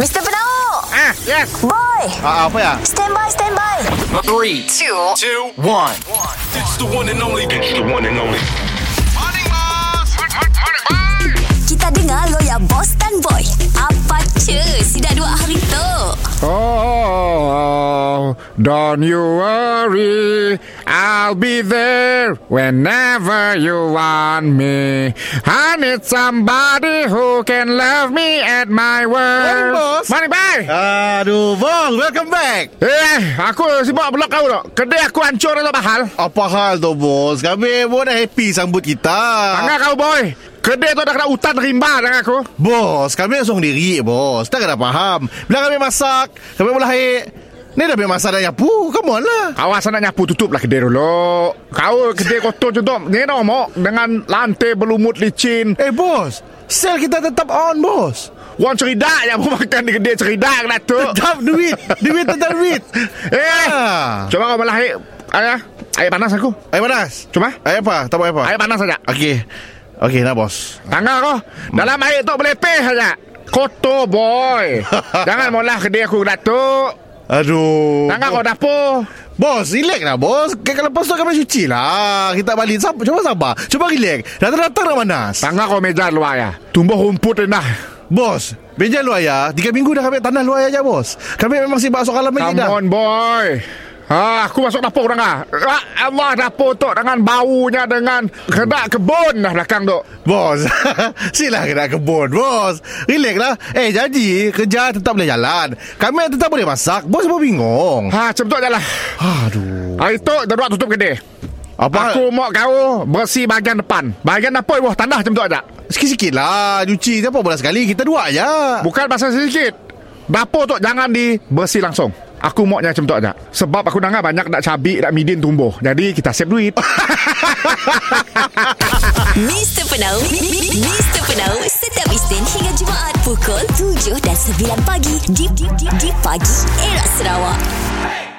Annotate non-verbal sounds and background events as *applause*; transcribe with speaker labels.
Speaker 1: Mr. Penau
Speaker 2: Ah, yes.
Speaker 1: Boy
Speaker 2: Ah, apa ya?
Speaker 1: Stand by, stand by
Speaker 3: Three,
Speaker 1: Two
Speaker 3: two, one.
Speaker 4: It's the one and only. It's the one and only.
Speaker 1: Kita dengar lo ya Boss dan Boy Apa cuy Si dah dua hari tu
Speaker 5: Oh, don't you worry, I'll be there whenever you want me. I need somebody who can love me at my
Speaker 2: Morning,
Speaker 5: worst.
Speaker 2: boss.
Speaker 5: Morning, bye.
Speaker 2: Aduh, Bong. Welcome back.
Speaker 5: Eh, aku sibuk blok kau tak? Kedai aku hancur tak bahal.
Speaker 2: Apa hal tu, bos? Kami pun dah happy sambut kita.
Speaker 5: Tangan kau, boy. Kedai tu dah kena hutan rimba dengan aku.
Speaker 2: Bos, kami langsung diri, bos. Tak kena faham. Bila kami masak, kami mula air. Ni dah biar masak dah nyapu. Come on lah.
Speaker 5: Awas nak nyapu tutup lah kedai dulu. Kau kedai kotor *laughs* contoh. Ni no, mok. Dengan lantai berlumut licin.
Speaker 2: Eh, bos. Sel kita tetap on, bos.
Speaker 5: Orang cerita yang aku *laughs* makan di kedai cerita kena lah tu.
Speaker 2: Tetap duit. duit tetap duit.
Speaker 5: Eh,
Speaker 2: Ah.
Speaker 5: Cuba kau malah air Ayah Air panas aku
Speaker 2: Air panas.
Speaker 5: Cuba
Speaker 2: Air apa? Tambah air apa?
Speaker 5: Air panas saja
Speaker 2: Okey. Okey, nak, bos.
Speaker 5: Tangan kau Dalam air tu melepeh saja Kotor
Speaker 2: *laughs*
Speaker 5: boy Jangan maulah kedai aku datuk
Speaker 2: Aduh.
Speaker 5: Tangan kau dapur
Speaker 2: Bos, relax lah bos. K- Kalau lepas tu kami cuci lah. Kita balik. Sab- cuba sabar. Cuba relax. Datang-datang lah dah manas.
Speaker 5: Tangan kau meja luar ya Tumbuh rumput rendah
Speaker 2: Bos, meja luar ya. Tiga minggu dah kami tanah luar ya bos. Kami memang sibuk soal alam meja
Speaker 5: Come
Speaker 2: dah.
Speaker 5: on boy Ha, aku masuk dapur dengar. Ya Allah dapur tu dengan baunya dengan kedak kebun dah belakang tu.
Speaker 2: Bos, *laughs* sila kena kebun bos. Relax lah. Eh, jadi kerja tetap boleh jalan. Kami tetap boleh masak. Bos pun bingung.
Speaker 5: Ha, macam tu je lah.
Speaker 2: Aduh.
Speaker 5: Hari tu, darurat tutup kedai.
Speaker 2: Apa?
Speaker 5: Aku mau kau bersih bahagian depan. Bahagian dapur, wah, tanah macam tu aja.
Speaker 2: Sikit-sikit lah. Cuci tak apa bola sekali. Kita dua ya. je.
Speaker 5: Bukan pasal sedikit Dapur tu jangan dibersih langsung Aku maunya macam tu aja Sebab aku dengar banyak nak cabi Nak midin tumbuh Jadi kita save duit
Speaker 1: Mr. Penau Mi- Mi- Mi- Mr. Penau Setiap Isnin hingga Jumaat Pukul 7 dan 9 pagi Di, di, di, di pagi Era Sarawak